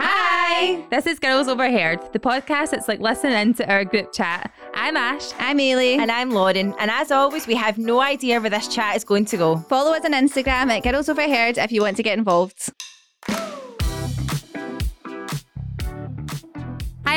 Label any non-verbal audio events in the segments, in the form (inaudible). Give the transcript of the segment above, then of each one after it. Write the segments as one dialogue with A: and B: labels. A: Hi.
B: This is Girls Overheard, the podcast that's like listening into our group chat. I'm Ash.
A: I'm Ailey.
C: And I'm Lauren. And as always, we have no idea where this chat is going to go.
A: follow us on Instagram at Girls Overheard if you want to get involved.
B: Hi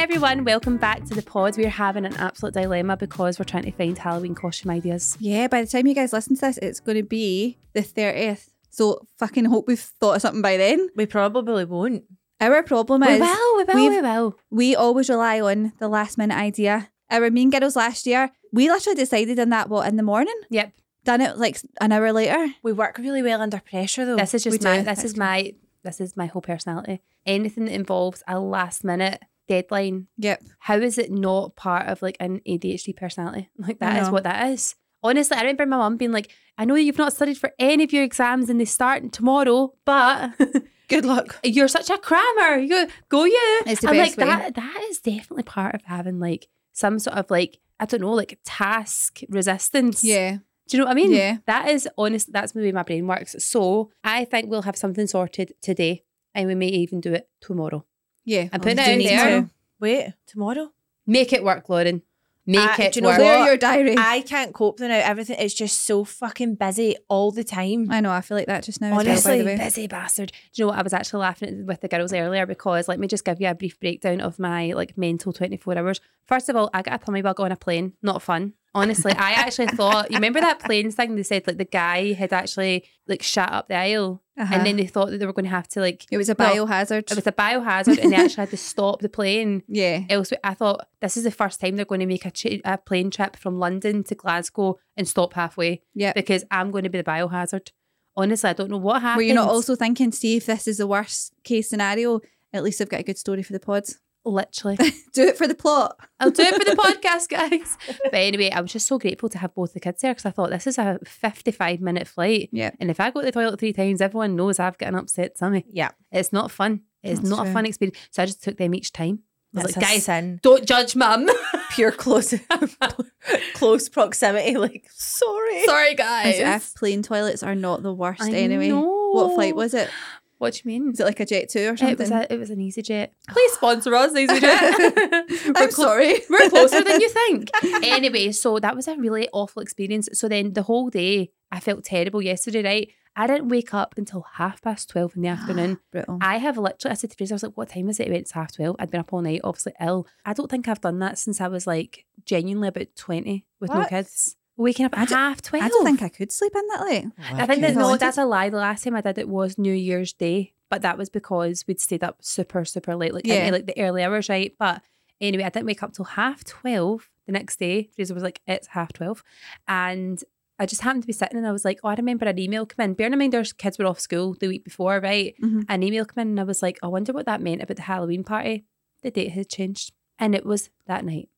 B: everyone, welcome back to the pod. We're having an absolute dilemma because we're trying to find Halloween costume ideas.
D: Yeah, by the time you guys listen to this, it's going to be the 30th. So fucking hope we've thought of something by then.
C: We probably won't.
D: Our problem
B: We
D: is
B: will, we will,
D: we've-
B: we will.
D: we always rely on the last minute idea. Our mean girls last year, we literally decided on that what in the morning,
B: Yep.
D: done it like an hour later.
C: We work really well under pressure, though.
B: This is
D: Oh, we
B: just my
D: do.
B: this is my this is my whole personality. Anything that involves a last minute deadline,
D: Yep.
B: how is it not part of like an ADHD personality? (laughs) Like that is
D: know.
B: what that is. Honestly, I remember my mum being like, I know you've not studied for any of your exams and they start tomorrow, but
D: (laughs) Good luck.
B: you're such a crammer. You go you.
D: It's the
B: I'm like
D: best way.
B: that that is definitely part of having like some sort of like I don't know, like task resistance.
D: Yeah.
B: Do you know what I mean?
D: Yeah.
B: That is honest that's the way my brain works. So I think we'll have something sorted today and we may even do it tomorrow.
D: Yeah.
B: I'm
D: Oh,
B: putting
D: you
B: it
D: do
B: out
D: need
B: there.
D: to.
C: Wait, tomorrow?
B: Make it work, Lauren. Make
D: Ah,
C: Uh,
B: it
C: do you know
B: work.
D: Clear
C: What?
D: your diary. I,
C: I can't cope though now. Everything is just so fucking busy all the time.
D: know, I feel like that just now. as well, by
C: Honestly,
D: the way.
B: busy bastard. Do you know what? I was actually laughing at- with the girls earlier because let me just give you a brief breakdown of my like mental 24 hours. First of all, I got a tummy bug on a plane. Not fun. Honestly, I (laughs) actually thought you remember that plane thing they said like the guy had actually like shut up the aisle
D: Uh-huh.
B: and then they thought that they were going to have to like
D: it was a
B: Well,
D: biohazard.
B: it was a biohazard and they actually had to stop the plane.
D: yeah.
B: Else, I thought this is the first time they're going to make a, chi- a plane trip from London to Glasgow and stop halfway
D: Yeah.
B: because I'm going to be the biohazard. Honestly, I don't know what happened.
D: Were you not also thinking, see if this is the worst case scenario? At least I've got a good story for the pods.
B: literally?
D: Do it for the plot.
B: I'll do it for the (laughs) podcast, guys. But anyway, I was just so grateful to have both the kids there because I thought this is a 55 minute flight.
D: Yeah.
B: And if I go to the toilet three times, everyone knows I've got an upset tummy.
C: Yeah.
B: It's not fun. It's
D: That's
B: not a
D: true.
B: fun experience. So I just took them each time. I was
C: That's
B: like,
C: a
B: guys,
C: sin.
B: don't judge mum. (laughs)
C: Pure close, (laughs) close proximity. Like, sorry.
B: Sorry,
D: As
B: guys.
D: if plane toilets are not the worst
B: I
D: anyway. What flight
B: know.
D: was it?
B: What do you mean?
D: Was it like a jet two or something?
B: It was, a, it was an easy jet. (gasps) Please sponsor us, easy (laughs) jet.
D: (laughs) I'm sorry.
B: We're closer
D: (laughs)
B: than you think. (laughs) anyway, so that was a really awful experience. So then the whole day, I felt terrible yesterday, right? I didn't wake up until half past 12 (gasps) in the afternoon.
D: Brutal.
B: I have literally, I said to Fraser, I was like, what time is it? It went, it's half 12. I'd been up all night, obviously ill. I don't think I've done that since I was like genuinely about 20 with no
C: What?
B: kids. Waking up
D: I
B: at
D: don't-
B: half 12.
D: I don't think I could sleep in that late.
B: I think that
D: Okay.
B: no,
D: Wanted-
B: that's a lie. The last time I did it was New Year's Day, but that was because we'd stayed up super, super late, like
D: Yeah.
B: into, like the early hours, right? But anyway, I didn't wake up till half twelve the next day. Fraser was like, "It's half 12. and I just happened to be sitting, and I was like, "Oh, I remember an email come in." Bearing in mind, our kids were off school the week before, right?
D: Mhm.
B: An email come in, and I was like, "I wonder what that meant about the Halloween party." The date had changed, and it was that night.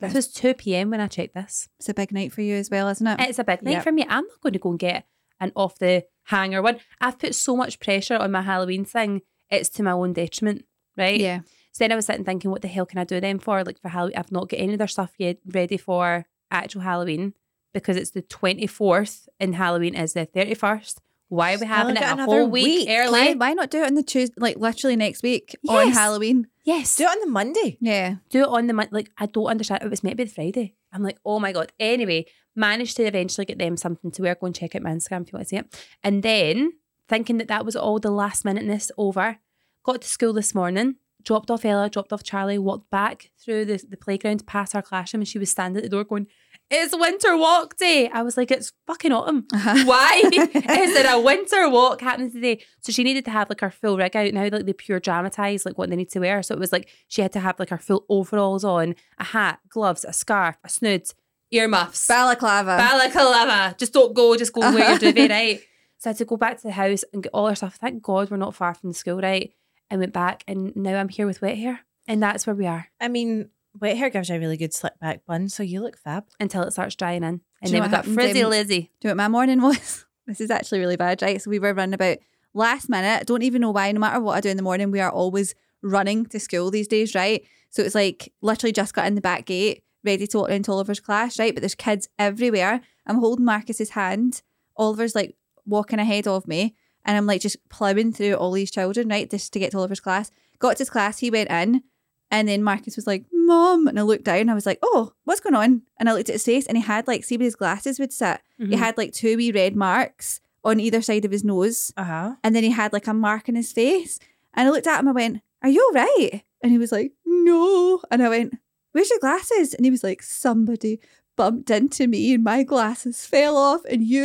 B: This
D: Right.
B: was two p.m. when I checked this.
D: It's a big night for you as well, isn't it?
B: It's a big night
D: Yep.
B: for me. I'm not going to go and get an off the hanger one. I've put so much pressure on my Halloween thing. It's to my own detriment, right?
D: Yeah.
B: So then I was sitting thinking, what the hell can I do then for? Like for Halloween, I've not got any of their stuff yet ready for actual Halloween because it's the 24th and Halloween is the 31st. Why are we
C: Still
B: having it
C: got
B: a
C: another
B: whole week,
C: week.
B: early?
D: Why, why not do it on the Tuesday, like literally next week on
B: Yes.
D: Halloween?
B: yes.
C: Do it on the Monday.
D: Yeah.
B: do it on the month. Like, I don't understand. It was meant to be the Friday. I'm like, oh my God. Anyway, managed to eventually get them something to wear. Go and check out my Instagram if you want to see it. And then thinking that that was all the last minuteness over, got to school this morning, dropped off Ella, dropped off Charlie, walked back through the, the playground past our classroom, and she was standing at the door going, it's winter walk day. I was like, it's fucking autumn.
D: Uh-huh.
B: Why is there a winter walk happening today? So she needed to have like her full rig out. Now like they pure dramatise like what they need to wear. So it was like she had to have like her full overalls on, a hat, gloves, a scarf, a snood, earmuffs,
D: (laughs) Balaclava.
B: balaclava. Just don't go. Just go and wear your
D: Uh-huh. (laughs)
B: duvet, right? So I had to go back to the house and get all her stuff. Thank God we're not far from the school, right? And went back, and now I'm here with wet hair, and that's where we are
C: I mean, wet hair gives you a really good slick back bun, so you look fab.
B: until it starts drying in.
D: Do
B: And then
D: you know
B: we
D: what
B: got
D: happened,
B: frizzy
D: um,
B: Lizzie.
D: do you know what my morning (laughs) was? This is actually really bad, right? So we were running about last minute. Don't even know why. No matter what I do in the morning, we are always running to school these days, right? So it's like literally just got in the back gate, ready to walk into Oliver's class, right? But there's kids everywhere. I'm holding Marcus's hand. Oliver's like walking ahead of me, and I'm like just ploughing through all these children, right, just to get to Oliver's class. Got to his class, he went in, and then Marcus was like, Mom. And I looked down, I was like, Oh, what's going on? And I looked at his face, and he had like, see where his glasses would sit.
B: Mm-hmm. Mm. (gasps)
D: He had like two wee red marks on either side of his nose,
C: Uh
B: Uh-huh.
C: huh.
D: and then he had like a mark in his face. And I looked at him, I went, Are you all right? And he was like, No. And I went, Where's your glasses? And he was like, Somebody bumped into me, and my glasses fell off, and you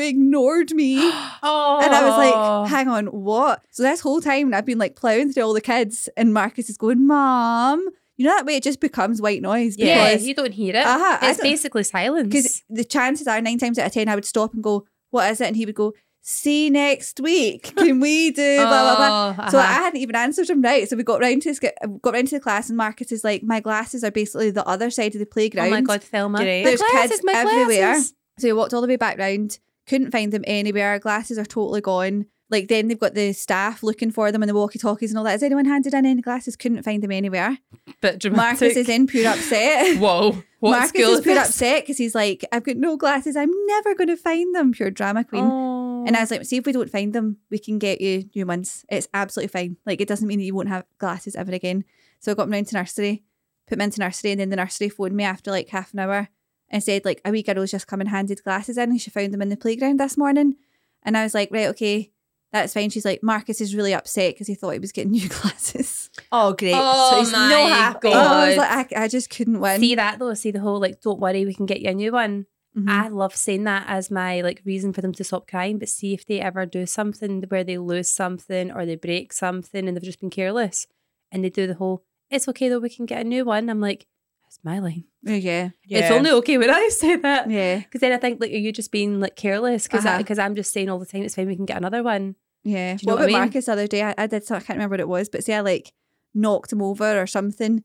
B: (gasps)
D: ignored me.
B: oh.
D: And I was (gasps) like, hang on, what? So this whole time I've been like plowing through all the kids and Marcus is going, Mom. You know that way it just becomes white noise
B: yeah,
D: because
B: you don't hear it.
D: Uh-huh, I
B: it's
D: don't-
B: basically
D: because
B: silence.
D: the chances are nine times out of ten I would stop and go, What is it? And he would go, See next
B: (laughs)
D: week. Can we do blah blah blah?
B: Oh,
D: So I
B: uh-huh.
D: hadn't even answered him right. So we got round to his, got round to the class, and Marcus is like, "My glasses are basically the other side of the playground."
B: oh my god, Thelma.
C: Great.
B: My
D: There's
B: glasses,
D: kids
B: my
D: everywhere.
B: glasses.
D: So he walked all the way back round, couldn't find them anywhere. Glasses are totally gone. Like then they've got the staff looking for them and the walkie talkies and all that. Has anyone handed in any glasses? Couldn't find them anywhere.
B: Bit dramatic.
D: Marcus is in pure
B: (laughs)
D: upset.
B: Whoa. What
D: Marcus
B: school
D: is
B: is
D: pure
B: this?
D: upset because he's like, I've got no glasses. I'm never going to find them. Pure drama queen.
B: Oh.
D: And I was like, see if we don't find them, we can get you new ones. It's absolutely fine. Like it doesn't mean that you won't have glasses ever again. So I got them round to nursery, put them into nursery, and then the nursery phoned me after like half an hour and said, like, a wee girl's just come and handed glasses in and she found them in the playground this morning. And I was like, right, okay, that's fine. She's like, Marcus is really upset because he thought he was getting (laughs) new glasses.
C: Oh great.
B: Oh
C: so he's
B: my
C: no happy.
B: God.
D: Oh, I was like, I, I just couldn't win.
B: see that though. See the whole like, don't worry, we can get you a new one.
D: Mhm.
B: I love saying that as my like reason for them to stop crying. But see if they ever do something where they lose something or they break something and they've just been careless, and they do the whole "it's okay though, we can get a new one." I'm like, that's my line.
D: Oh, yeah.
B: It's
C: Yeah.
B: only okay when I (laughs) say that.
D: Yeah.
B: Because then I think like, are you just being like careless? Because
D: Uh-huh.
B: because I'm just saying all the time, it's fine, we can get another one.
D: Yeah.
B: Do you know
D: what,
B: what I
D: about
B: mean?
D: Marcus the other day? I, I did something, I can't remember what it was, but say I like knocked him over or something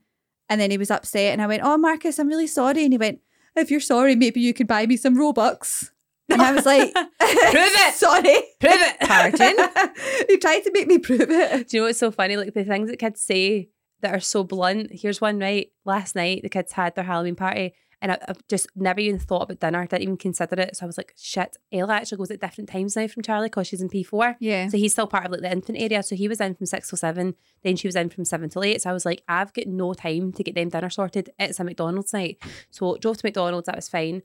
D: and then he was upset and I went, Oh Marcus, I'm really sorry. And he went, If you're sorry, maybe you could buy me some Robux. And I was
B: (laughs)
D: like, Prove
B: it.
D: (laughs) Sorry.
B: Prove it. (laughs)
D: (laughs) he tried to make me prove it.
B: Do you know what's so funny? Like the things that kids say that are so blunt. Here's one right. Last night, the kids had their Halloween party, and I, I've just never even thought about dinner. Didn't even consider it. So I was like, shit. Ella actually goes at different times now from Charlie because she's in P4.
D: Yeah.
B: So he's still part of like the infant area. So he was in from six till seven. Then she was in from seven till eight. So I was like, I've got no time to get them dinner sorted. It's a McDonald's night. So drove to McDonald's. That was fine.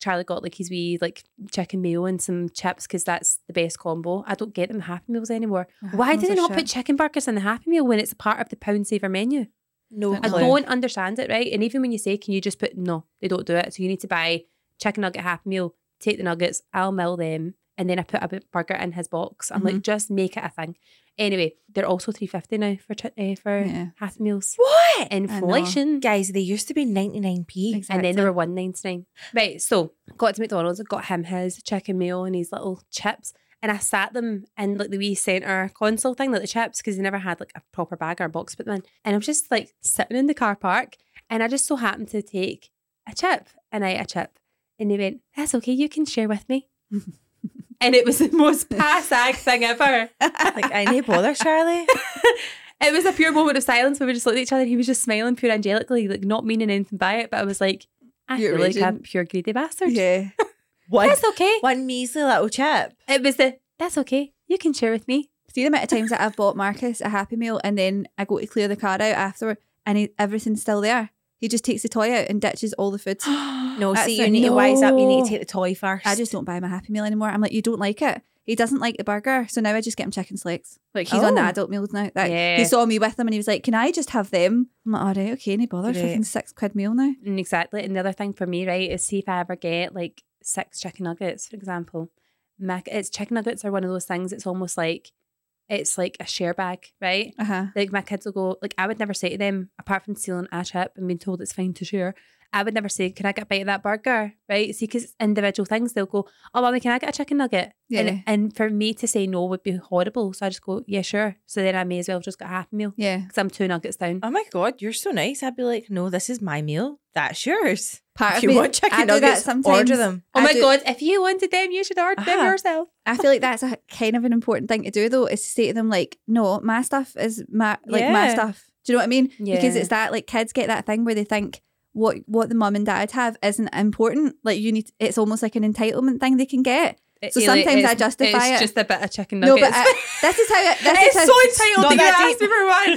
B: Charlie got like his wee like chicken meal and some chips because that's the best combo. I don't get them Happy Meals anymore.
D: Happy
B: Why do
D: Meals
B: they
D: are
B: not
D: shit.
B: put chicken burgers in the Happy Meal when it's a part of the pound saver menu?
C: no
D: I
B: I
D: Clue.
B: don't understand it, right? And even when you say, can you just put no, they don't do it. So you need to buy chicken nugget Happy Meal, take the nuggets, I'll mill them, and then I put a bu- burger in his box. I'm like, just make it a thing. Anyway, they're also three fifty now for chi- eh, for
D: Yeah.
B: Happy Meals.
C: What?
B: Inflation.
C: Guys, they used to be 99p.
D: Exactly.
B: And then they were one ninety nine. Right. So got to McDonald's, got him his chicken meal and his little chips. And I sat them in like the wee centre console thing, like the chips, because they never had like a proper bag or a box to put them in. And I'm just like sitting in the car park and I just so happened to take a chip and I ate a chip. And they went, That's okay, you can share with me. (laughs) and it was the most (laughs) pass ag thing ever.
C: like, I need bother, (laughs) Charlie.
B: It was a pure moment of silence where we just looked at each other and he was just smiling pure angelically, like not meaning anything by it. But I was like, I
D: You're
B: feel like a
D: raging.
B: pure greedy bastard.
D: Yeah.
C: One,
B: That's okay.
C: one measly little chip.
B: It was the that's okay. You can share with (gasps) me.
D: See the amount of times that I've bought Marcus a Happy Meal and then I go to clear the car out afterward and he, everything's still there. He just takes the toy out and ditches all the food.
C: No,
D: That's
C: see,
D: a
C: you need to wise up. You need
B: no.
C: to take the toy first.
D: I just don't buy him a Happy Meal anymore. I'm like, you don't like it. He doesn't like the burger, so now I just get him chicken selects. Like he's on the
B: Oh.
D: adult meals now. Like,
B: Yeah.
D: He saw me with them and he was like, "Can I just have them?" I'm like, "All right, okay, no bother.
C: Great.
D: Fucking six quid meal now."
B: Mm, Exactly. And the other thing for me, right, is see if I ever get like six chicken nuggets, for example. Mac it's chicken nuggets are one of those things. It's almost like it's like a share bag, right?
D: Uh huh.
B: Like my kids will go, like I would never say to them, apart from stealing a chip and being told it's fine to share, I would never say, Can I get a bite of that burger? Right? See, because individual things, they'll go, Oh, mommy, can I get a chicken nugget?
D: Yeah.
B: And, and for me to say no would be horrible. So I just go, Yeah, sure. So then I may as well just get a half meal
D: Yeah.
B: because I'm two nuggets down.
C: Oh my god, you're so nice. I'd be like, no, this is my meal. That's yours.
D: Part
C: If
D: of
C: you
D: me-
C: want
D: I
C: chicken
D: do that
C: nuggets, order
D: sometimes.
C: them.
B: Oh
D: I
B: my
D: do-
B: god! If you wanted them, you should order them
C: Ah.
B: yourself.
D: I feel like that's a kind of an important thing to do though, is to say to them like, "No, my stuff is my like my
C: Yeah.
D: stuff." Do you know what I mean? Because
B: Yeah.
D: it's that like kids get that thing where they think what what the mum and dad have isn't important. Like you need, it's almost like an entitlement thing they can get.
B: It-
D: So
B: Ailey,
D: sometimes
B: Eh, it's-
D: I justify
B: it's
D: it.
B: just a bit of chicken
D: No,
B: nuggets.
D: but I, this is how it, this
B: (laughs) it's
D: is how,
B: so
C: not
B: entitled that
C: that
B: you asked me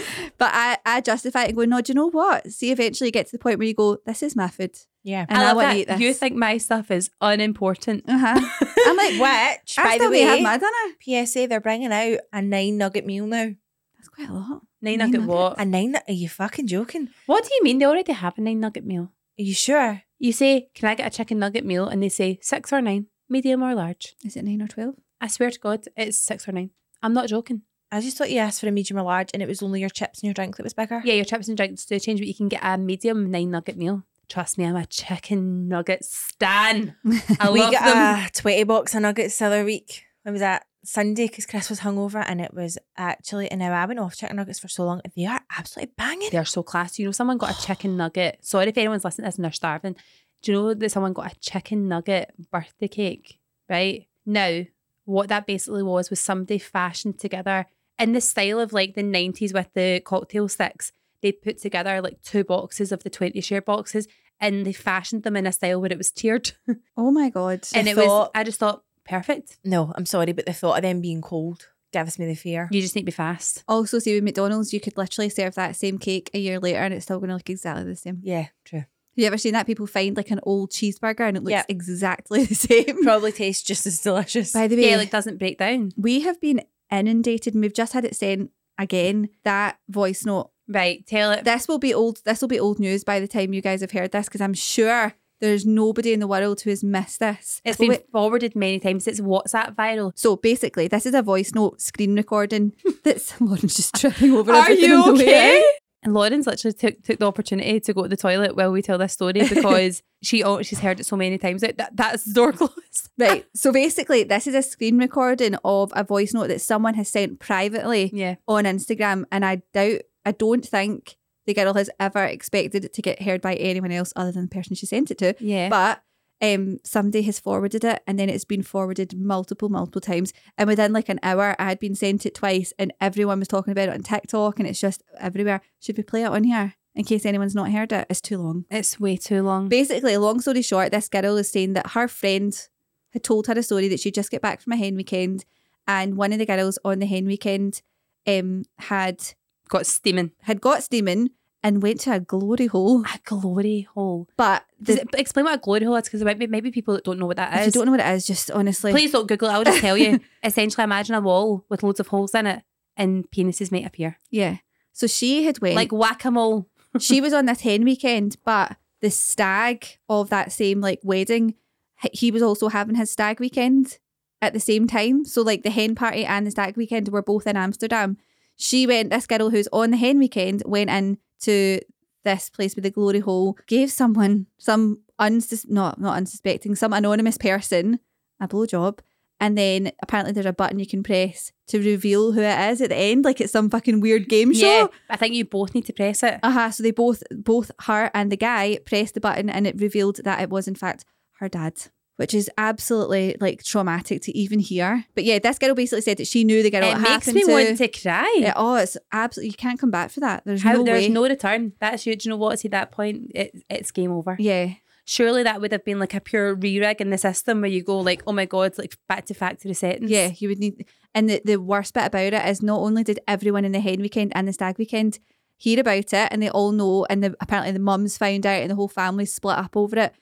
B: for one.
D: But I, I justify it and go, no, do you know what? See, eventually you get to the point where you go, this is my food.
C: Yeah.
D: And I,
B: love
D: want
B: that
D: to eat this.
B: You think my stuff is unimportant.
D: Uh-huh. I'm like,
C: (laughs) Which,
D: I
C: by
D: still
C: the
D: may have
C: way,
D: my dinner.
C: PSA, they're bringing out a nine nugget meal now.
D: That's quite a lot.
B: (laughs) Nine
D: Nine
B: nugget
D: nuggets.
B: what?
C: A nine? Are you fucking joking?
B: What do you mean they already have a nine nugget meal?
C: Are you sure?
B: You say, Can I get a chicken nugget meal? And they say six or nine, medium or large.
D: Is it nine or 12?
B: I swear to God, it's six or nine. I'm not joking.
C: I just thought you asked for a medium or large, and it was only your chips and your drink that was bigger.
B: Yeah, your chips and drinks do change, but you can get a medium nine nugget meal. Trust me, I'm a chicken nugget
C: (laughs)
B: stan. I
C: we
B: love
C: got
B: them.
C: a twenty box of nuggets the other week. When was that? Sunday, because Chris was hungover, and it was actually. And now I've been off chicken nuggets for so long, and they are absolutely banging.
B: They're so classy. You know, someone got a chicken nugget. Sorry if anyone's listening to this and they're starving. Do you know that someone got a chicken nugget birthday cake? Right now, what that basically was was somebody fashioned together in the style of like the 90s with the cocktail sticks. They put together like two boxes of the 20 share boxes and they fashioned them in a style where it was tiered.
D: Oh my God.
B: and
C: The
B: it was,
C: thought-
B: I just thought, perfect.
C: No, I'm sorry, but the thought of them being cold gives me the fear.
B: You just need to be fast.
D: also, see, with McDonald's, you could literally serve that same cake a year later and it's still going to look exactly the same. Have
C: Yeah, true.
D: you ever seen that? People find like an old cheeseburger and it looks
C: Yeah.
D: exactly (laughs) the
B: Hmm.
D: same.
C: Probably tastes just as delicious.
D: By the way,
B: Yeah, like doesn't break down.
D: we have been inundated and we've just had it sent again that voice note
B: Right, tell it.
D: this will be old this will be old news by the time you guys have heard this because i'm sure there's nobody in the world who has missed this
B: It's
D: But
B: been
D: wait-
B: forwarded many times. It's WhatsApp viral.
D: so basically this is a voice note
B: (laughs)
D: screen recording that's lauren's just tripping over
B: Are
D: everything
B: you
D: on the way
B: okay?
D: out.
B: And Lauren's literally took, took the opportunity to go to the toilet while we tell this (laughs) story because she oh, she's heard it so many times. That, that that's the door (laughs) closed.
D: right so basically this is a screen recording of a voice note that someone has sent privately
B: Yeah,
D: on instagram and i doubt i don't think the girl has ever expected it to get heard by anyone else other than the person she sent it to
B: yeah.
D: but um somebody has forwarded it and then it's been forwarded multiple multiple times and within like an hour i had been sent it twice and everyone was talking about it on tiktok and it's just everywhere should we play it on here in case anyone's not heard it it's too long
B: it's way too long.
D: basically long story short this girl is saying that her friend had told her a story that she'd just get back from a hen weekend and one of the girls on the hen weekend um had
B: Got steaming.
D: had got steaming and went to a glory hole
B: A glory hole.
D: but
B: Does
D: the,
B: it explain what a glory hole is? Because maybe maybe people that don't know what that
D: if
B: is.
D: you don't know what it is just honestly
B: Please don't Google it. I'll just tell (laughs) you. Essentially, imagine a wall with loads of holes in it, and penises might appear
D: Yeah. So she had went
B: like (laughs) whack a mole.
D: she was on this hen weekend, but the stag of that same like wedding, h- he was also having his stag weekend at the same time. So like the hen party and the stag weekend were both in Amsterdam. She went. This girl who's on the hen weekend went in to this place with the glory hole, gave someone some unsus not not unsuspecting some anonymous person a blowjob. And then apparently there's a button you can press to reveal who it is at the end, like it's some fucking weird game show.
B: Yeah, I think you both need to press it.
D: Uh-huh. So they both both her and the guy pressed the button and it revealed that it was in fact her dad. Which is absolutely like traumatic to even hear. But yeah, this girl basically said that she knew the girl
B: it
D: it
B: makes
D: happened
B: me
D: to.
B: want to cry.
D: Yeah, oh, it's absolutely you can't come back for that. There's
B: How,
D: no
B: there's
D: way.
B: no return. That's you. Do you know what? See, at that point, it, it's game over.
D: yeah.
B: Surely that would have been like a pure re rig in the system where you go like, oh my god, like back to factory settings.
D: Yeah, you would need. And the, the worst bit about it is not only did everyone in the hen weekend and the stag weekend hear about it, and they all know, and the, apparently the mums found out, and the whole family split up over it.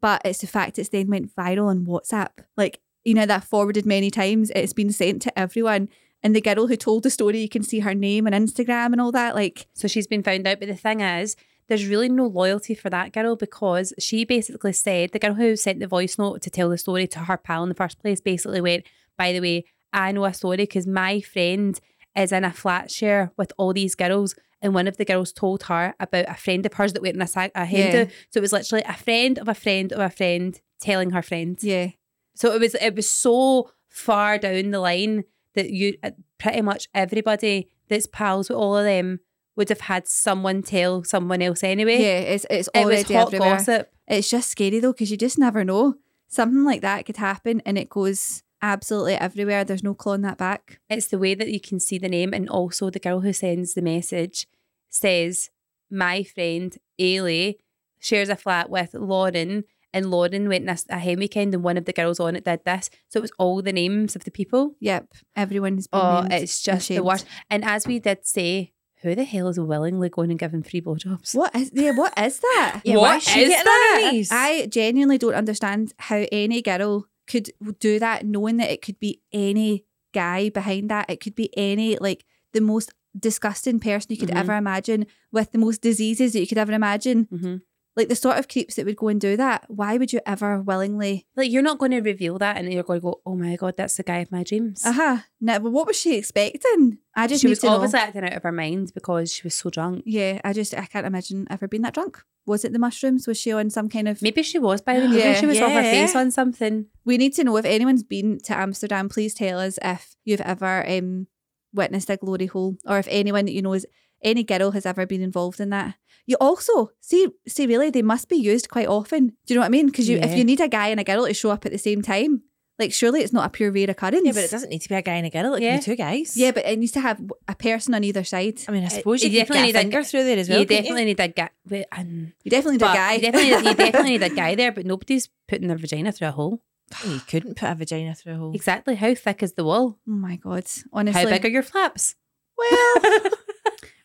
D: But it's the fact it's then went viral on WhatsApp. Like you know that forwarded many times. It's been sent to everyone. And the girl who told the story, you can see her name and Instagram and all that. Like,
B: So she's been found out. But the thing is, there's really no loyalty for that girl because she basically said the girl who sent the voice note to tell the story to her pal in the first place basically went, by the way, I know a story because my friend is in a flat share with all these girls. And one of the girls told her about a friend of hers that went in a, sag- a hen
D: Yeah.
B: do. So it was literally a friend of a friend of a friend telling her friend.
D: yeah,
B: So it was it was so far down the line that you uh, pretty much everybody that's pals with all of them would have had someone tell someone else
D: yeah.
B: anyway.
D: It's it's
B: it was
D: already
B: hot
D: everywhere.
B: gossip.
D: It's just scary though, because you just never know. Something like that could happen, and it goes absolutely everywhere. There's no clawing that back.
B: It's the way that you can see the name, and also the girl who sends the message says, "My friend Ailey shares a flat with Lauren." and Lauren went on a, a hen weekend and one of the girls on it did this. So it was all the names of the people.
D: Yep. Everyone's been
B: Oh,
D: named
B: it's
D: and
B: just the
D: shamed.
B: worst. And as we did say, who the hell is willingly going and giving free blowjobs?
D: What is yeah, what is that?
B: (laughs) Yeah, why
C: Why
B: is
C: is
B: she getting on her
C: knees?
D: I genuinely don't understand how any girl could do that, knowing that it could be any guy behind that. It could be any, like, the most disgusting person you could
B: Mhm.
D: ever imagine with the most diseases that you could ever imagine.
B: hmm
D: Like, the sort of creeps that would go and do that. Why would you ever willingly?
B: Like you're not going to reveal that, and you're going to go, "Oh my god, that's the guy of my dreams."
D: Uh huh. Now, what was she expecting? I just
B: she
D: need
B: was
D: to know.
B: obviously acting out of her mind because she was so drunk.
D: Yeah, I just, I can't imagine ever being that drunk. Was it the mushrooms? Was she on some kind of.
B: Maybe she was by the way. Maybe
D: Yeah.
B: she was off her
C: Yeah.
B: face on something.
D: We need to know if anyone's been to Amsterdam, please tell us if you've ever um, witnessed a glory hole or if anyone that you know is any girl has ever been involved in that. You also see see really they must be used quite often. Do you know what I mean? Because you
B: Yeah.
D: if you need a guy and a girl to show up at the same time, like surely it's not a pure rare occurrence.
C: Yeah, but it doesn't need to be a guy and a girl. It
B: Yeah.
C: can be two guys.
D: Yeah, but it needs to have a person on either side.
C: I mean, I
B: It-
C: suppose
B: you
C: you,
B: definitely need a
C: definitely get a finger through there as well.
B: you
C: couldn't
B: definitely need a guy. Wait, um,
D: You definitely need a
B: but
D: guy.
B: You definitely, you
D: (laughs)
B: definitely need a guy there, but nobody's putting their vagina through a hole.
C: You? you couldn't put a vagina through a hole.
B: Exactly. How thick is the wall?
D: oh my god, honestly.
B: How big are your flaps?
D: well,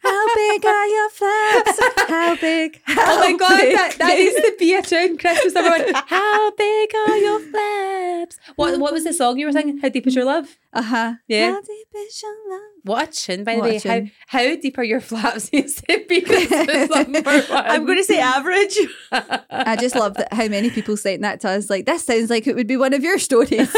D: how big are your flaps? How big?
B: (laughs) Oh my
D: How
B: god,
D: big?
B: that, that needs
D: (laughs)
B: to be a tune Christmas everyone. (laughs) How big are your flaps? What what was the song you were singing? How deep is your love?
D: Uh huh.
B: Yeah.
D: How deep is your love?
B: What a tune, by the
D: What a
B: way. How,
D: tune.
B: how deep are your flaps (laughs) needs to be (laughs) Christmas number one.
C: I'm going to
B: (laughs)
C: say average.
D: I just love that how many people sent that to us. Like, this sounds like it would be one of your
B: (laughs)
D: stories.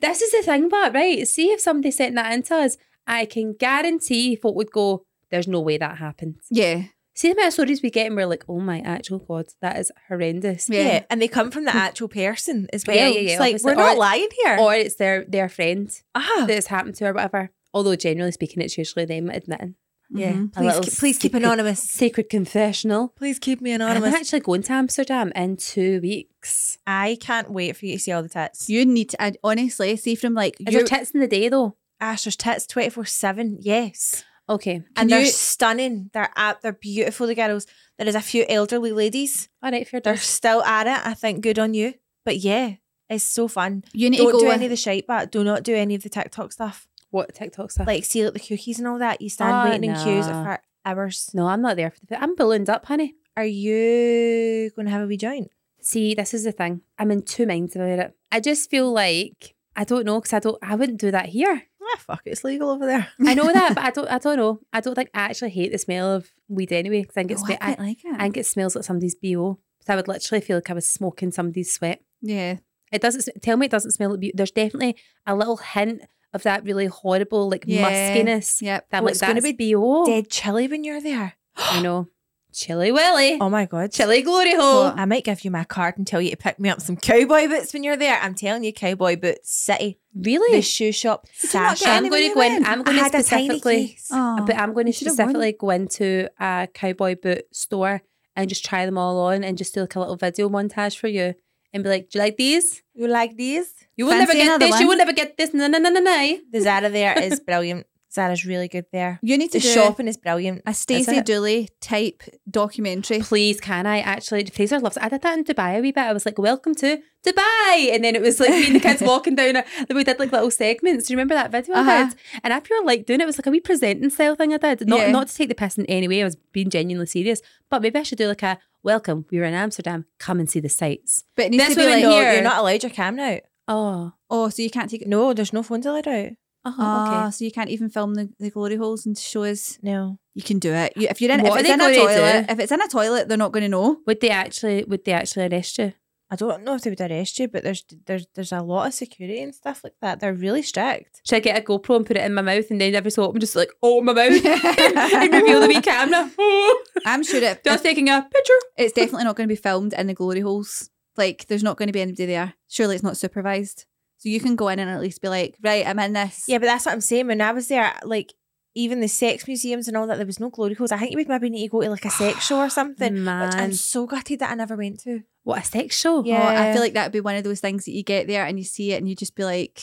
B: this is the thing, but right, see if somebody sent that into us, I can guarantee folk would go, There's no way that happened.
D: yeah.
B: See the amount of stories we get and we're like, Oh my actual god, that is horrendous.
D: Yeah.
C: and they come from the actual person as
B: Yeah,
C: well.
B: yeah, yeah,
C: It's like
B: obviously.
C: we're not
B: Or-
C: lying here.
B: Or it's their their friend.
C: ah,
B: that's happened to her, whatever. Although generally speaking, it's usually them admitting.
C: yeah.
D: Mhm.
B: A little
C: Please, keep, please keep
B: secret-
C: anonymous.
B: Sacred confessional.
C: Please keep me
B: I'm
C: anonymous.
B: actually going to Amsterdam in two weeks.
C: I can't wait for you to see all the tits.
D: You need to, and honestly, see from like,
B: Is
D: your-
B: there tits in the day though?
C: Asher's tits 24 7. Yes.
B: Okay.
C: And
D: Can
C: they're
D: you-
C: stunning. They're at, they're beautiful, the girls. There is a few elderly ladies.
B: All right, fair
C: They're
B: dues.
C: still at it. I think good on you. But yeah, it's so fun.
D: you need to
C: Don't
D: go
C: do
D: with-
C: any of the shite but do not do any of the TikTok stuff.
B: What TikTok stuff?
C: Like see like the cookies and all that. You stand
B: Ah,
C: waiting in queues
B: nah.
C: for hours.
B: no, I'm not there for the. I'm ballooned up, honey.
C: Are you gonna have a wee joint?
B: See, this is the thing. I'm in two minds about it. I just feel like I don't know because I don't. I wouldn't do that here.
C: Ah fuck, it's legal over there.
B: I know that, but I don't. I don't know. I don't think I actually hate the smell of weed anyway because I think
D: Oh,
B: it's.
D: I quite like it.
B: I think it smells like somebody's BO. So I would literally feel like I was smoking somebody's sweat.
D: yeah.
B: It doesn't s- tell me it doesn't smell like beauty. There's definitely a little hint of that really horrible, like
D: Yeah.
B: muskiness.
D: Yep.
B: That
C: Well,
B: like
C: it's
B: that's
C: gonna
B: gonna be BO.
C: Dead chilly when you're there. (gasps)
B: I know. Chilly Willy.
C: Oh my god.
B: Chilly glory hole.
C: I might give you my card and tell you to pick me up some cowboy boots when you're there. I'm telling you, cowboy boots city,
B: Really?
C: the shoe shop,
D: you not get
C: Sasha.
B: I'm
D: any
B: gonna
D: when you
B: go in-
D: went?
B: I'm
C: I
B: gonna
C: had a tiny
B: specifically-
C: case.
D: Oh,
B: Uh, But I'm going to
D: you should have worn-
B: specifically go into a cowboy boot store and just try them all on and just do like a little video montage for you and be like, Do you like these?
C: You like these?
B: You will never
D: Fancy
B: get
D: another
B: this, you
D: one?
B: will never get this. No no no no no.
C: The Zara there
B: (laughs)
C: is brilliant. Zara's really good there.
D: You need to
C: The
D: do
C: shopping is brilliant.
D: a Stacey
B: it?
D: Dooley type documentary.
B: please can I actually Fraser loves I did that in Dubai a wee bit I was like welcome to Dubai and then it was like me and the kids walking down a, we did like little segments do you remember that video I
D: Uh-huh.
B: did and I pure like doing it. it was like a wee presenting style thing I did not
D: Yeah.
B: not to take the piss in any way I was being genuinely serious but maybe I should do like a welcome we were in Amsterdam come and see the sights
D: But it needs
B: This
D: to be
B: woman
D: like,
C: No,
B: here-
C: you're not allowed your camera out.
B: oh
D: oh, so you can't take it.
C: No, there's no phones allowed out.
B: oh
D: Oh,
B: okay
D: so you can't even film the, the glory holes and show us.
C: No.
D: You can do it. You, if you're in,
B: What are
D: if it's
B: they
D: in a
B: gonna
D: toilet,
B: do?
D: if it's in a toilet, they're not going to know.
B: would they actually would they actually arrest you
C: I don't know if they would arrest you, but there's there's there's a lot of security and stuff like that. They're really strict.
B: should I get a GoPro and put it in my mouth and then every so often just like oh my mouth (laughs) and reveal the wee camera (laughs) oh,
D: I'm sure
B: (laughs)
D: it,
B: just taking a picture
D: It's definitely not going to be filmed in the glory holes. Like, there's not going to be anybody there. Surely it's not supervised. So you can go in and at least be like, right, I'm in this.
C: Yeah, but that's what I'm saying. When I was there, like even the sex museums and all that, there was no glory holes. I think you would maybe need to go to like a sex show
B: (sighs)
C: or something. Which
B: man
C: I'm so gutted that I never went to.
B: What a sex show.
C: Yeah.
D: Oh, I feel like that would be one of those things that you get there and you see it and you just be like,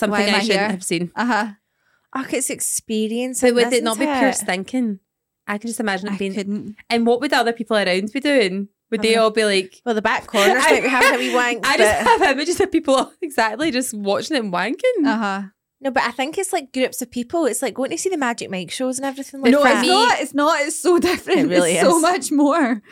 B: Something
D: Why am
B: I,
D: I
B: shouldn't
D: here?
B: have seen.
D: uh huh.
C: Oh, it's experience.
B: So would it not be pure
C: pierced?
B: stinking? I can just imagine
D: I
B: it being.
D: couldn't.
B: And what would the other people around be doing? Would they all be like, (laughs)
C: Well, the back corners might be having a wee wank.
B: I just
C: but-
B: have images of people (laughs) exactly just watching it and wanking.
D: Uh huh.
C: no, but I think it's like groups of people. It's like going to see the Magic Mike shows and everything. Like
D: No,
C: that.
D: it's not. It's not. It's so (laughs) different.
C: It really
D: it's so
C: is.
D: much more.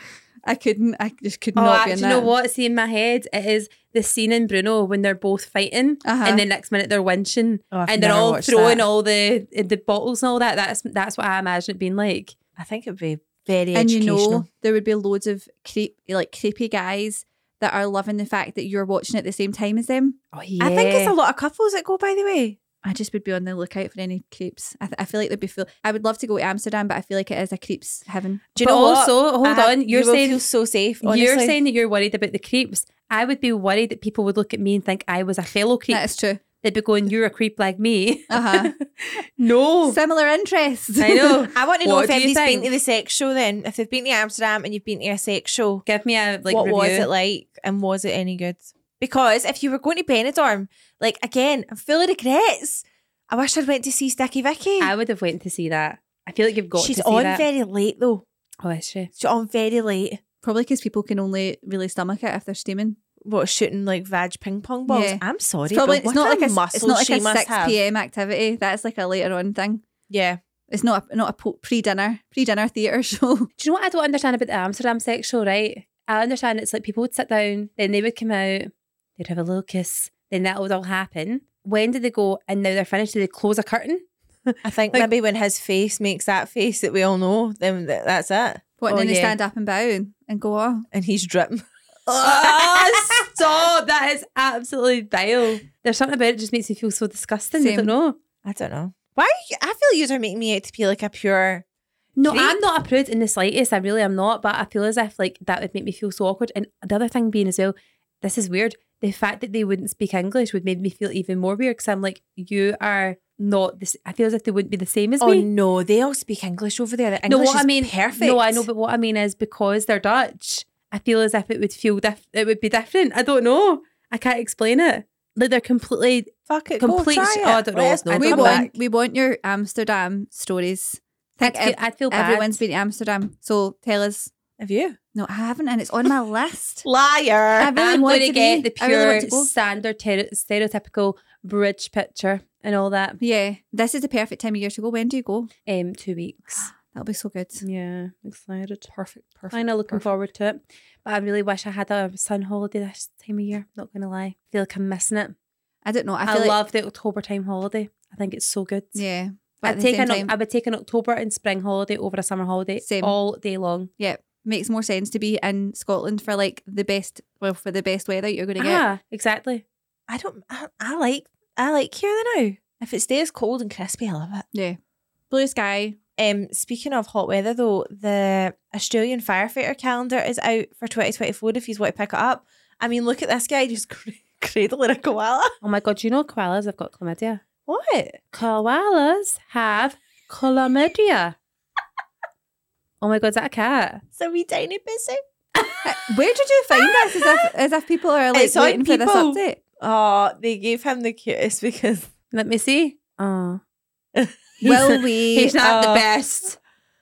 D: I couldn't. I just could
B: Oh,
D: not
B: actually,
D: be in
B: you
D: that.
B: know what? See in my head, it is the scene in Bruno when they're both fighting,
D: Uh-huh.
B: and the next minute they're winching,
C: Oh, I've
B: and they're
C: never
B: all
C: watched
B: throwing
C: that.
B: all the the bottles and all that. That's that's what I imagine it being like.
C: I think it would be very
D: and you
C: educational.
D: know there would be loads of creep, like creepy guys that are loving the fact that you're watching at the same time as them.
B: Oh yeah,
C: I think it's a lot of couples that go. By the way,
D: I just would be on the lookout for any creeps. I, th- I feel like there'd be. Feel- I would love to go to Amsterdam, but I feel like it is a creeps heaven.
C: do you
B: But
C: know what?
B: also, hold
C: I have-
B: on, you're
C: you will
B: saying-
C: feel so safe.
B: you're
C: honestly.
B: saying that you're worried about the creeps. I would be worried that people would look at me and think I was a fellow creep.
D: That is true.
B: They'd be going, "You're a creep like me."
D: Uh huh.
B: (laughs) no,
D: Similar interests.
B: I know.
C: Oh. I want to know
B: What
C: if
B: do you
C: anybody's been
B: think?
C: to the sex show. Then, if they've been to Amsterdam and you've been to a sex show,
B: Give me a like
C: what
B: review.
C: was it like, and was it any good? Because if you were going to Benidorm, like again, I'm full of regrets. I wish I'd went to see Sticky Vicky.
B: I would have went to see that. I feel like you've got
C: She's
B: to see
C: on
B: that.
C: very late though.
B: oh, is she?
C: She's on very late.
D: (laughs) Probably because people can only really stomach it if they're steaming.
C: What shooting like vag ping pong balls?
D: Yeah.
C: I'm sorry,
D: It's probably it's
C: but what
D: not
C: kind
D: like a
C: of
D: it's
C: muscles
D: not like
C: she
D: a
C: must
D: six
C: have.
D: p.m. activity. That's like a later on thing.
C: Yeah,
D: It's not a, not a po- pre dinner pre dinner theatre (laughs) show.
B: Do you know what I don't understand about the Amsterdam sex show, right? I understand it's like people would sit down, then they would come out, they'd have a little kiss, then that would all happen. When did they go and now they're finished? Do they close a curtain?
C: I think
B: Like-
C: maybe when his face makes that face that we all know, then th- that's it.
D: What, and
B: Oh,
D: then they
B: yeah.
D: stand up and bow and, and go on.
C: And he's dripping.
B: oh, stop. That is absolutely vile. There's something about it just makes me feel so disgusting. I
D: Same.
B: don't know.
C: I don't know why. are you- I feel you are making me out to be like a pure.
B: No,
C: Creep.
B: I'm not a prude in the slightest. I really am not, but I feel as if like that would make me feel so awkward. And the other thing being as well, this is weird. The fact that they wouldn't speak English would make me feel even more weird because I'm like, you are not this. I feel as if they wouldn't be the same as
C: Oh
B: me.
C: no, they all speak English over there. The
B: no,
C: English
B: what
C: is
B: I mean,
C: perfect.
B: no, I know, but what I mean is because they're Dutch, I feel as if it would feel diff- it would be different. I don't know. I can't explain it. Like they're completely.
C: fuck it,
B: complete
C: Go, try
B: sh-
C: it.
B: oh, I don't know,
C: Let us
B: no,
C: come
D: we
B: come
D: want
C: back.
D: we want your Amsterdam stories.
B: I'd
D: Think
B: feel,
D: ev-
B: I'd feel bad.
D: everyone's been to Amsterdam, so tell us.
C: Have you?
D: No, I haven't, and it's on my
C: (laughs)
D: list. I
C: Liar.
D: really
B: I'm
D: want
B: going to
D: to
B: get
D: be.
B: the
D: I really
B: pure
D: want to go.
B: standard ter- stereotypical bridge picture and all that.
D: Yeah, this is the perfect time of year to go. When do you go?
B: Um, two
D: (gasps)
B: weeks.
D: That'll be so good.
B: Yeah, excited.
D: Perfect, perfect.
B: Kind of looking forward to it, but I really wish I had a sun holiday this time of year. Not gonna lie, I feel like I'm missing it.
D: I don't know. I,
B: I,
D: feel like,
B: love the October time holiday. I think it's so good.
D: Yeah, but at
B: I'd
D: the
B: take
D: same
B: an,
D: time,
B: I would take an October and spring holiday over a summer holiday
D: Same.
B: all day long.
D: makes more sense to be in Scotland for like the best, well, for the best weather you're going to get.
B: Yeah, Ah, exactly.
C: I don't. I, I like. I like here now. If it stays cold and crispy, I love it.
D: Yeah, blue sky.
C: Um, speaking of hot weather, though, the Australian firefighter calendar is out for 2024 if you want to pick it up. I mean, look at this guy just (laughs) cr- cradling a koala.
B: Oh my god, do you know koalas have got chlamydia?
C: What?
B: Koalas have (laughs) chlamydia. oh my god, is that a cat?
C: It's a wee tiny pussy.
D: Where did you find this? As if, as if people are like
C: It's on
D: waiting for this
C: people.
D: update.
C: Oh, they gave him the cutest (laughs) because
B: Let me see. Oh, (laughs)
D: Will we?
B: he's not the
D: uh,
B: best.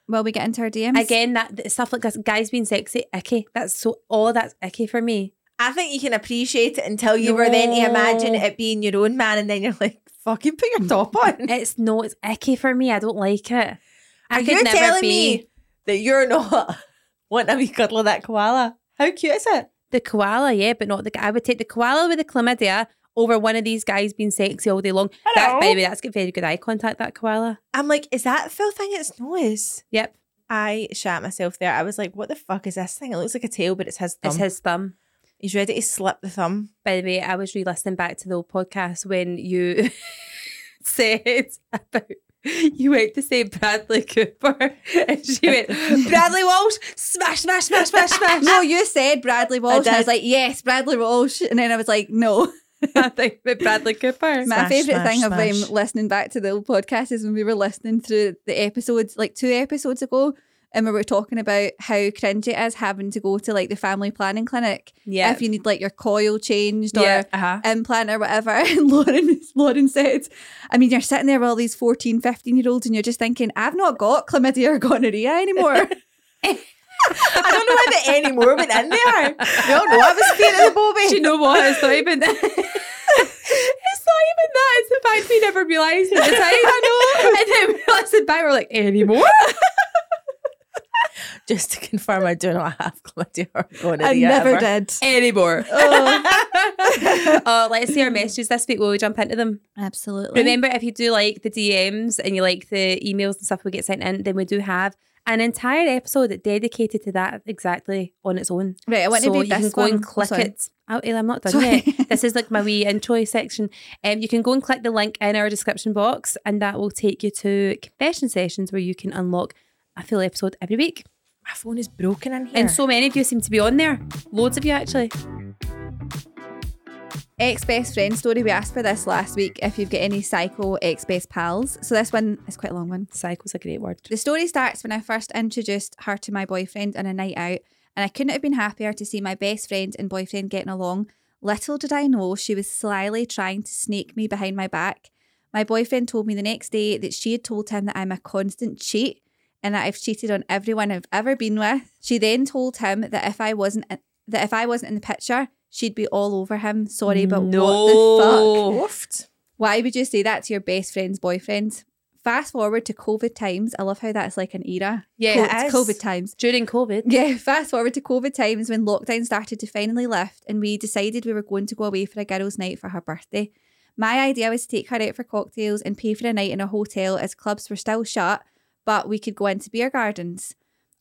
D: Will we get into our
B: (laughs)
D: DMs
B: Again, that that stuff like this, guys being sexy, icky. That's so all that's icky for (laughs) me.
C: I think you can appreciate it until you were then to imagine
B: No.
C: it being your own man, and then you're like, fucking put your top (laughs) on.
B: It's no, it's icky for me. I don't like it. I
C: Are
B: could
C: you
B: never
C: telling
B: be
C: me that you're not (laughs) wanting a wee cuddle of that koala? How cute is it?
B: the koala, yeah, but not the. I would take the koala with the chlamydia over one of these guys being sexy all day long. That, by the way, that's got very good eye contact. That koala.
C: I'm like, is that a Phil thing? It's noise.
B: Yep,
C: I shat myself there. I was like, what the fuck is this thing? It looks like a tail, but it's his thumb.
B: it's his thumb.
C: He's ready to slip the (laughs) thumb.
B: By the way, I was re-listening back to the old podcast when you (laughs) said about you went to say Bradley Cooper, and she went (laughs) Bradley Walsh, smash, smash, smash, smash, smash.
D: No, you said Bradley Walsh. and I
C: did.
D: was like, yes, Bradley Walsh. And then I was like, no.
B: I think with Bradley Cooper.
D: My
C: Smash,
D: favourite
C: smash,
D: thing of
C: smash.
D: um, listening back to the old podcast is when we were listening through the episodes, like two episodes ago, and we were talking about how cringy it is having to go to like the family planning clinic
B: Yeah,
D: if you need like your coil changed or
B: Yeah.
C: Uh-huh.
D: implant or whatever. (laughs) And Lauren, Lauren said, I mean, you're sitting there with all these
B: (laughs)
D: 14, 15 year olds and you're just thinking, I've not got chlamydia or gonorrhea anymore.
C: (laughs) I don't know why the any more went in there. No, no, I was being the (laughs)
B: Do you
C: Bobby.
B: know what? It's not even. (laughs) it's not even that. It's the fact we never realised at the time. I know. And then we realised it back. We're like, anymore?
C: Just to confirm, I do not have chlamydia or gonorrhea.
D: I never
C: (laughs) ever.
D: did.
B: Anymore. uh, let's see our messages this week. Will we jump into them?
D: Absolutely.
B: Remember, if you do like the DMs and you like the emails and stuff we get sent in, then we do have an entire episode dedicated to that exactly on its own.
D: Right, I want
B: so
D: to read
B: you
D: this
B: can go
D: one.
B: and click
D: Sorry.
B: it. Oh, Ayla, I'm not done
D: Sorry.
B: yet. This is like my wee intro section. Um, you can go and click the link in our description box, and that will take you to confession sessions where you can unlock a full episode every week.
C: My phone is broken in here.
B: And so many of you seem to be on there. Loads of you actually.
D: Ex best friend story. We asked for this last week if you've got any psycho ex best pals. So this one is quite a long one.
B: Psycho's a great word.
D: The story starts when I first introduced her to my boyfriend on a night out, and I couldn't have been happier to see my best friend and boyfriend getting along. Little did I know she was slyly trying to sneak me behind my back. My boyfriend told me the next day that she had told him that I'm a constant cheat and that I've cheated on everyone I've ever been with. She then told him that if I wasn't that if I wasn't in the picture, she'd be all over him. Sorry, but what the fuck?
C: Oofed.
D: Why would you say that to your best friend's boyfriend? Fast forward to COVID times. I love how that's like an era.
B: Yeah,
D: Co-
C: it
D: it's
C: is.
D: COVID times.
B: During COVID.
D: Yeah, (laughs) fast forward to COVID times when lockdown started to finally lift and we decided we were going to go away for a girl's night for her birthday. My idea was to take her out for cocktails and pay for a night in a hotel as clubs were still shut, but we could go into beer gardens.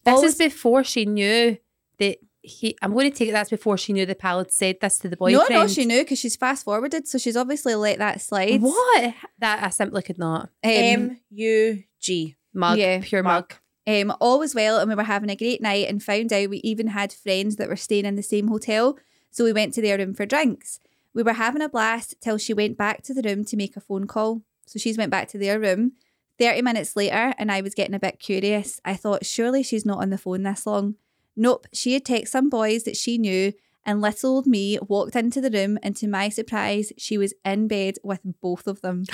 B: This
D: Always-
B: is before she knew that he. I'm going to take it that's before she knew the pal had said this to the boyfriend.
D: No, no, she knew because she's fast forwarded, so she's obviously let that slide.
B: What? That I simply could not.
D: Um,
C: M U G.
B: Mug.
D: Yeah,
B: pure mug.
C: mug.
D: Um, all was well, and we were having a great night, and found out we even had friends that were staying in the same hotel. So we went to their room for drinks. We were having a blast till she went back to the room to make a phone call. So she's went back to their room. 30 minutes later, and I was getting a bit curious. I thought, surely she's not on the phone this long. Nope, she had texted some boys that she knew, and little old me walked into the room, and to my surprise, she was in bed with both of them.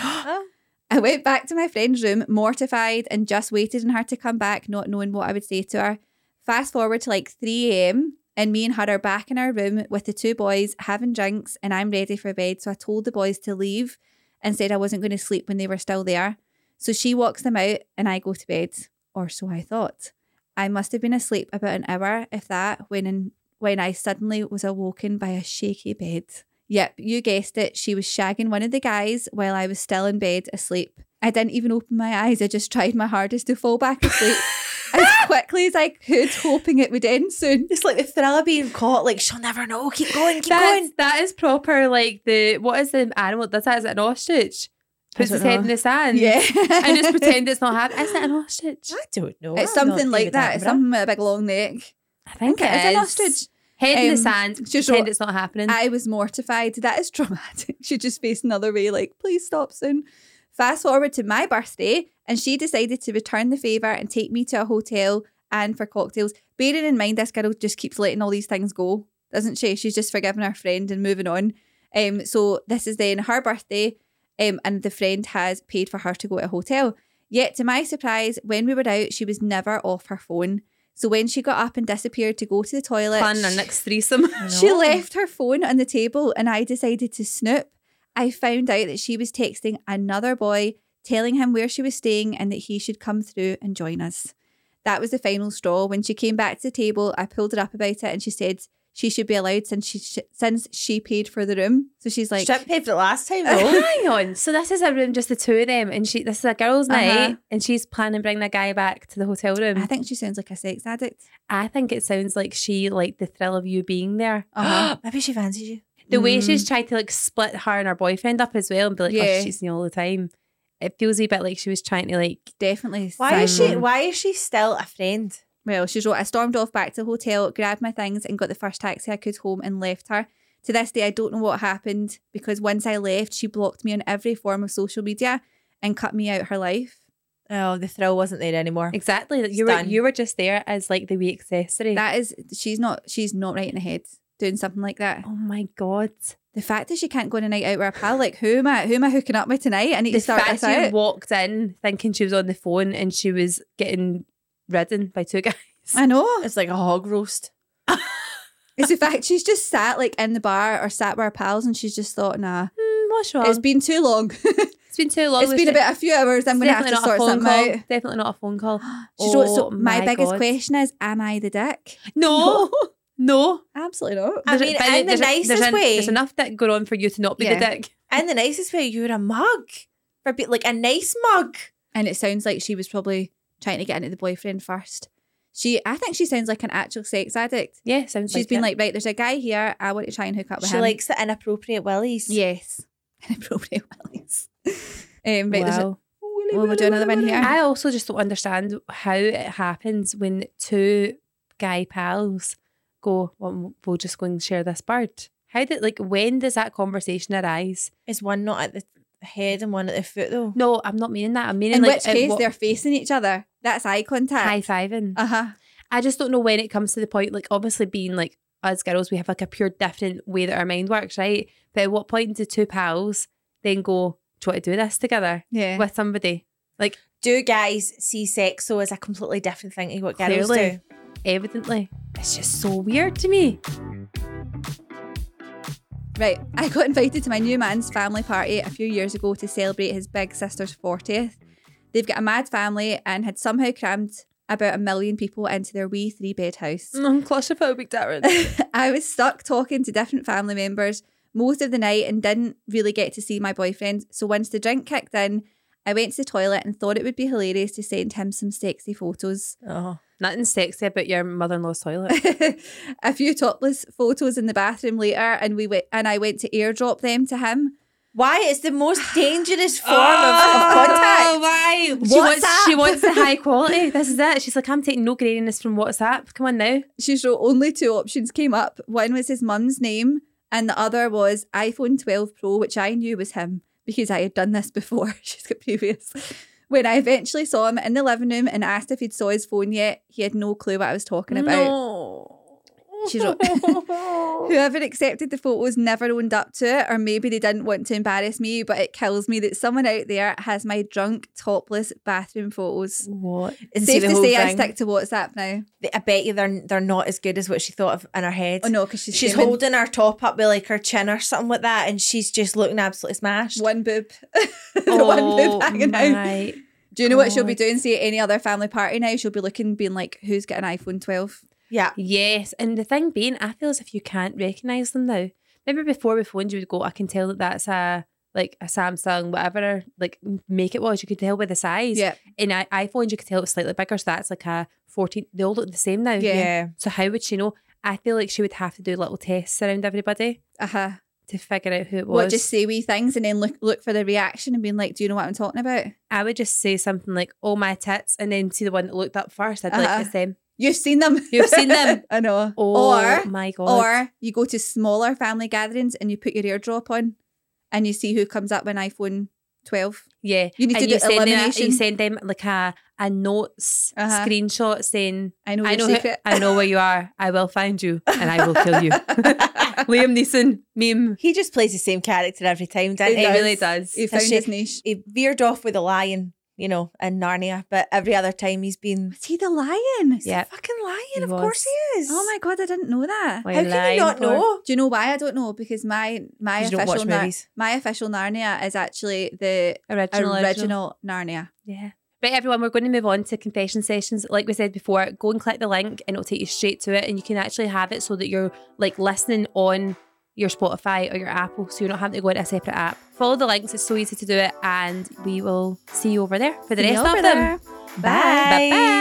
D: I went back to my friend's room, mortified, and just waited on her to come back, not knowing what I would say to her. Fast forward to like 3 a.m., and me and her are back in our room with the two boys having drinks, and I'm ready for bed. So I told the boys to leave and said I wasn't going to sleep when they were still there. So she walks them out, and I go to bed, or so I thought. I must have been asleep about an hour, if that, when in, when I suddenly was awoken by a shaky bed. Yep, you guessed it. She was shagging one of the guys while I was still in bed asleep. I didn't even open my eyes. I just tried my hardest to fall back asleep as quickly as I could, hoping it would end soon.
C: (gasps) It's like the thrill of being caught. Like she'll never know. Keep going. Keep
B: That's,
C: going.
B: that is proper. Like the what is the animal that does that? Is it an ostrich? Puts
D: don't
B: its head
D: know.
B: in the sand.
D: Yeah.
B: And just pretend it's not happening. Is it an ostrich?
C: I don't know.
D: (laughs) It's
C: I'm not
D: something like
C: David
D: that. It's
C: Attenborough.
D: something with a big long neck.
B: I
D: I
B: think
D: think it is an ostrich.
B: Head in the
D: Um,
B: sand.
D: she
B: Pretend
D: just wrote-
B: it's not happening.
D: I was mortified. That is (laughs) traumatic. She just faced another way, like, please stop soon. Fast forward to my birthday, and she decided to return the favour and take me to a hotel and for cocktails. Bearing in mind, this girl just keeps letting all these things go, doesn't she? She's just forgiving her friend and moving on. Um, so this is then her birthday, um, and the friend has paid for her to go to a hotel. Yet, to my surprise, when we were out, she was never off her phone. So when she got up and disappeared to go to the toilet,
B: Plan our next
D: (laughs)
B: threesome.
D: she left her phone on the table and I decided to snoop. I found out that she was texting another boy, telling him where she was staying and that he should come through and join us. That was the final straw. When she came back to the table, I pulled her up about it and she said she should be allowed since she since she paid for the room. So she's like,
C: Strip paved it last time (laughs) though.
B: (laughs) Hang on. So this is a room, just the two of them, and she. This is a girls'
D: Uh-huh.
B: night, and she's planning bringing a guy back to the hotel room. I,
D: I think she sounds like a sex addict.
B: think it sounds like she liked the thrill of you being there.
D: (gasps) Uh-huh.
C: (gasps) Maybe she fancies you.
B: (gasps) The way
D: Mm.
B: she's tried to like split her and her boyfriend up as well, and be like,
D: Yeah.
B: oh, she's me all the time. It feels a bit like she was trying to like
D: Definitely.
C: Why is she?
D: psycho.
C: Why is she still a friend?
D: Well, she wrote, I stormed off back to the hotel, grabbed my things, and got the first taxi I could home and left her. To this day, I don't know what happened because once I left, she blocked me on every form of social media and cut me out her life.
C: Oh, the thrill wasn't there anymore.
B: Exactly. Like you
C: Stan.
B: were you were just there as like the wee accessory.
D: That is, she's not, she's not right in the head doing something like that.
B: oh my god.
D: The fact that she can't go on a night out with a pal, like who am I, who am I hooking up with tonight? I need
B: The
D: to start
B: fact
D: this
B: you
D: out.
B: walked in thinking she was on the phone and she was getting ridden by two guys. (laughs)
D: I know.
C: It's like a hog roast.
D: It's the fact she's just sat like in the bar or sat with her pals and she's just thought, nah,
B: Hmm, what's wrong?
D: it's been too long. (laughs)
B: it's been too long.
D: it's been about a few hours. I'm going to have
B: Definitely
D: to
B: not a
D: sort
B: phone
D: something
B: call.
D: out.
B: Definitely not a phone call.
D: (gasps) She don't- so
B: Oh my
D: my, biggest
B: God.
D: question is, am I the dick? (laughs)
B: No, no.
D: Absolutely not.
C: I
B: There's a-
C: mean,
B: by way,
C: in the
B: there's a- there's
C: nicest
B: an-
C: way.
B: There's enough dick going on for you to not be the
A: Yeah.
B: dick.
C: In the nicest way, you're a mug. For be- like a nice mug.
D: And it sounds like she was probably trying to get into the boyfriend first. She, I think she sounds like an actual sex addict.
B: Yeah, sounds.
D: She's
B: like
D: been
B: it.
D: like, right, there's a guy here. I want to try and hook up with
C: She
D: him.
C: likes the inappropriate willies.
D: yes, (laughs) inappropriate willies. Um, right, there's a-
B: wow.
D: (laughs)
C: Oh,
D: Well, we'll do another one here.
B: I also just don't understand how it happens when two guy pals go, well, we'll just go and share this bird. How did like when does that conversation arise?
C: Is one not at the head and one at the foot though?
B: No, I'm not meaning that. I'm meaning
D: in
B: like
D: which
B: at
D: case
B: what-
D: they're facing each other. That's eye
B: high
D: contact.
B: fiving.
D: Uh huh.
B: I just don't know when it comes to the point, like obviously being like us girls, we have like a pure different way that our mind works, right? But at what point do two pals then go, Do you want to do this together
D: Yeah.
B: with somebody?
C: Do guys see sex though as a completely different thing to what girls
B: Clearly.
C: do?
B: Evidently. It's just so weird to me.
D: Right. I got invited to my new man's family party a few years ago to celebrate his big sister's 40th. They've got a mad family and had somehow crammed about a million people into their wee three bed
B: (laughs)
D: house.
B: I'm claustrophobic, Darren. (laughs)
D: (laughs) I was stuck talking to different family members most of the night and didn't really get to see my boyfriend. So once the drink kicked in, I went to the toilet and thought it would be hilarious to send him some sexy photos.
C: Oh.
B: Nothing sexy about your mother in law's (laughs) toilet.
D: a few topless photos in the bathroom later, and we went, and I went to airdrop them to him.
C: Why? It's the most dangerous form of, of
B: Oh,
C: contact.
B: why? She wants,
D: WhatsApp.
B: she wants the (laughs) high quality. This is it. She's like, I'm taking no graininess from WhatsApp. Come on now.
D: She wrote only two options came up. One was his mum's name, and the other was iPhone 12 Pro, which I knew was him because I had done this before. (laughs) She's got previous. When I eventually saw him in the living room and asked if he'd saw his phone yet, he had no clue what I was talking about.
B: No. (laughs)
D: She wrote, Whoever accepted the photos never owned up to it, or maybe they didn't want to embarrass me, but it kills me that someone out there has my drunk, topless bathroom photos.
B: (laughs) What?
C: And see
D: Safe
C: the
D: to
C: whole
D: say I
C: thing.
D: stick to WhatsApp now.
C: I bet you they're they're not as good as what she thought of in her head.
D: Oh no, because she's,
C: She's
D: human.
C: holding her top up with like her chin or something like that, and she's just looking absolutely smashed.
D: one boob. (laughs)
B: Oh,
D: one boob hanging out.
B: my
D: Do you know what she'll be
B: God.
D: doing? See, at any other family party now, she'll be looking, being like, who's got an iPhone 12?
C: Yeah.
B: Yes, and the thing being, I feel as if you can't recognise them now. Remember before with phones, you would go, I can tell that that's a like a Samsung, whatever like make it was. You could tell by the size.
D: Yeah.
B: In i- iPhones, you could tell it's slightly bigger, so that's like a fourteen. They all look the same now.
D: Yeah.
B: So how would she know? I feel like she would have to do little tests around everybody
D: Uh huh.
B: to figure out who it was.
D: What, just say wee things and then look look for the reaction and being like, do you know what I'm talking about?
B: I would just say something like, "Oh my tits," and then see the one that looked up first. I'd be
D: Uh-huh.
B: like, "It's them."
D: You've seen them.
B: You've seen them.
D: (laughs) I know.
B: Oh
D: or,
B: my god.
D: or you go to smaller family gatherings and you put your airdrop on and you see who comes up with an iPhone 12.
B: Yeah,
D: You need to do
B: send them a-
D: elimination.
B: you send them like a a notes
D: Uh-huh.
B: screenshot saying,
D: I know
B: "I
D: your
B: know, who-
D: secret.
B: I know where you are. I will find you, and I will
D: (laughs)
B: kill you." Liam Neeson meme.
C: (laughs) He just plays the same character every time, doesn't
B: It
C: he?
B: really does.
D: you found
C: she-
D: his niche.
C: He veered off with a lion, you know, in Narnia, but every other time he's been
D: Was he the lion?
B: Yeah.
C: fucking lion.
B: He
C: of
B: was.
C: course he is.
D: Oh my God, I didn't know that.
B: Why
C: How can
B: lying
C: you not
B: for-
C: know?
D: Oh, Do you know why I don't know? Because my my
C: 'Cause you don't
D: official
C: watch
D: Nar-
C: movies.
D: my official Narnia is actually the
B: Original,
D: original,
B: original.
D: Narnia.
B: Yeah. Right, everyone, we're going to move on to confession sessions. Like we said before, go and click the link and it'll take you straight to it. And you can actually have it so that you're like listening on your Spotify or your Apple so you're not having to go into a separate app. Follow the links, it's so easy to do it. And we will see you over there for the
D: See you
B: rest of
D: over
B: them.
D: there.
C: Bye.
B: Bye.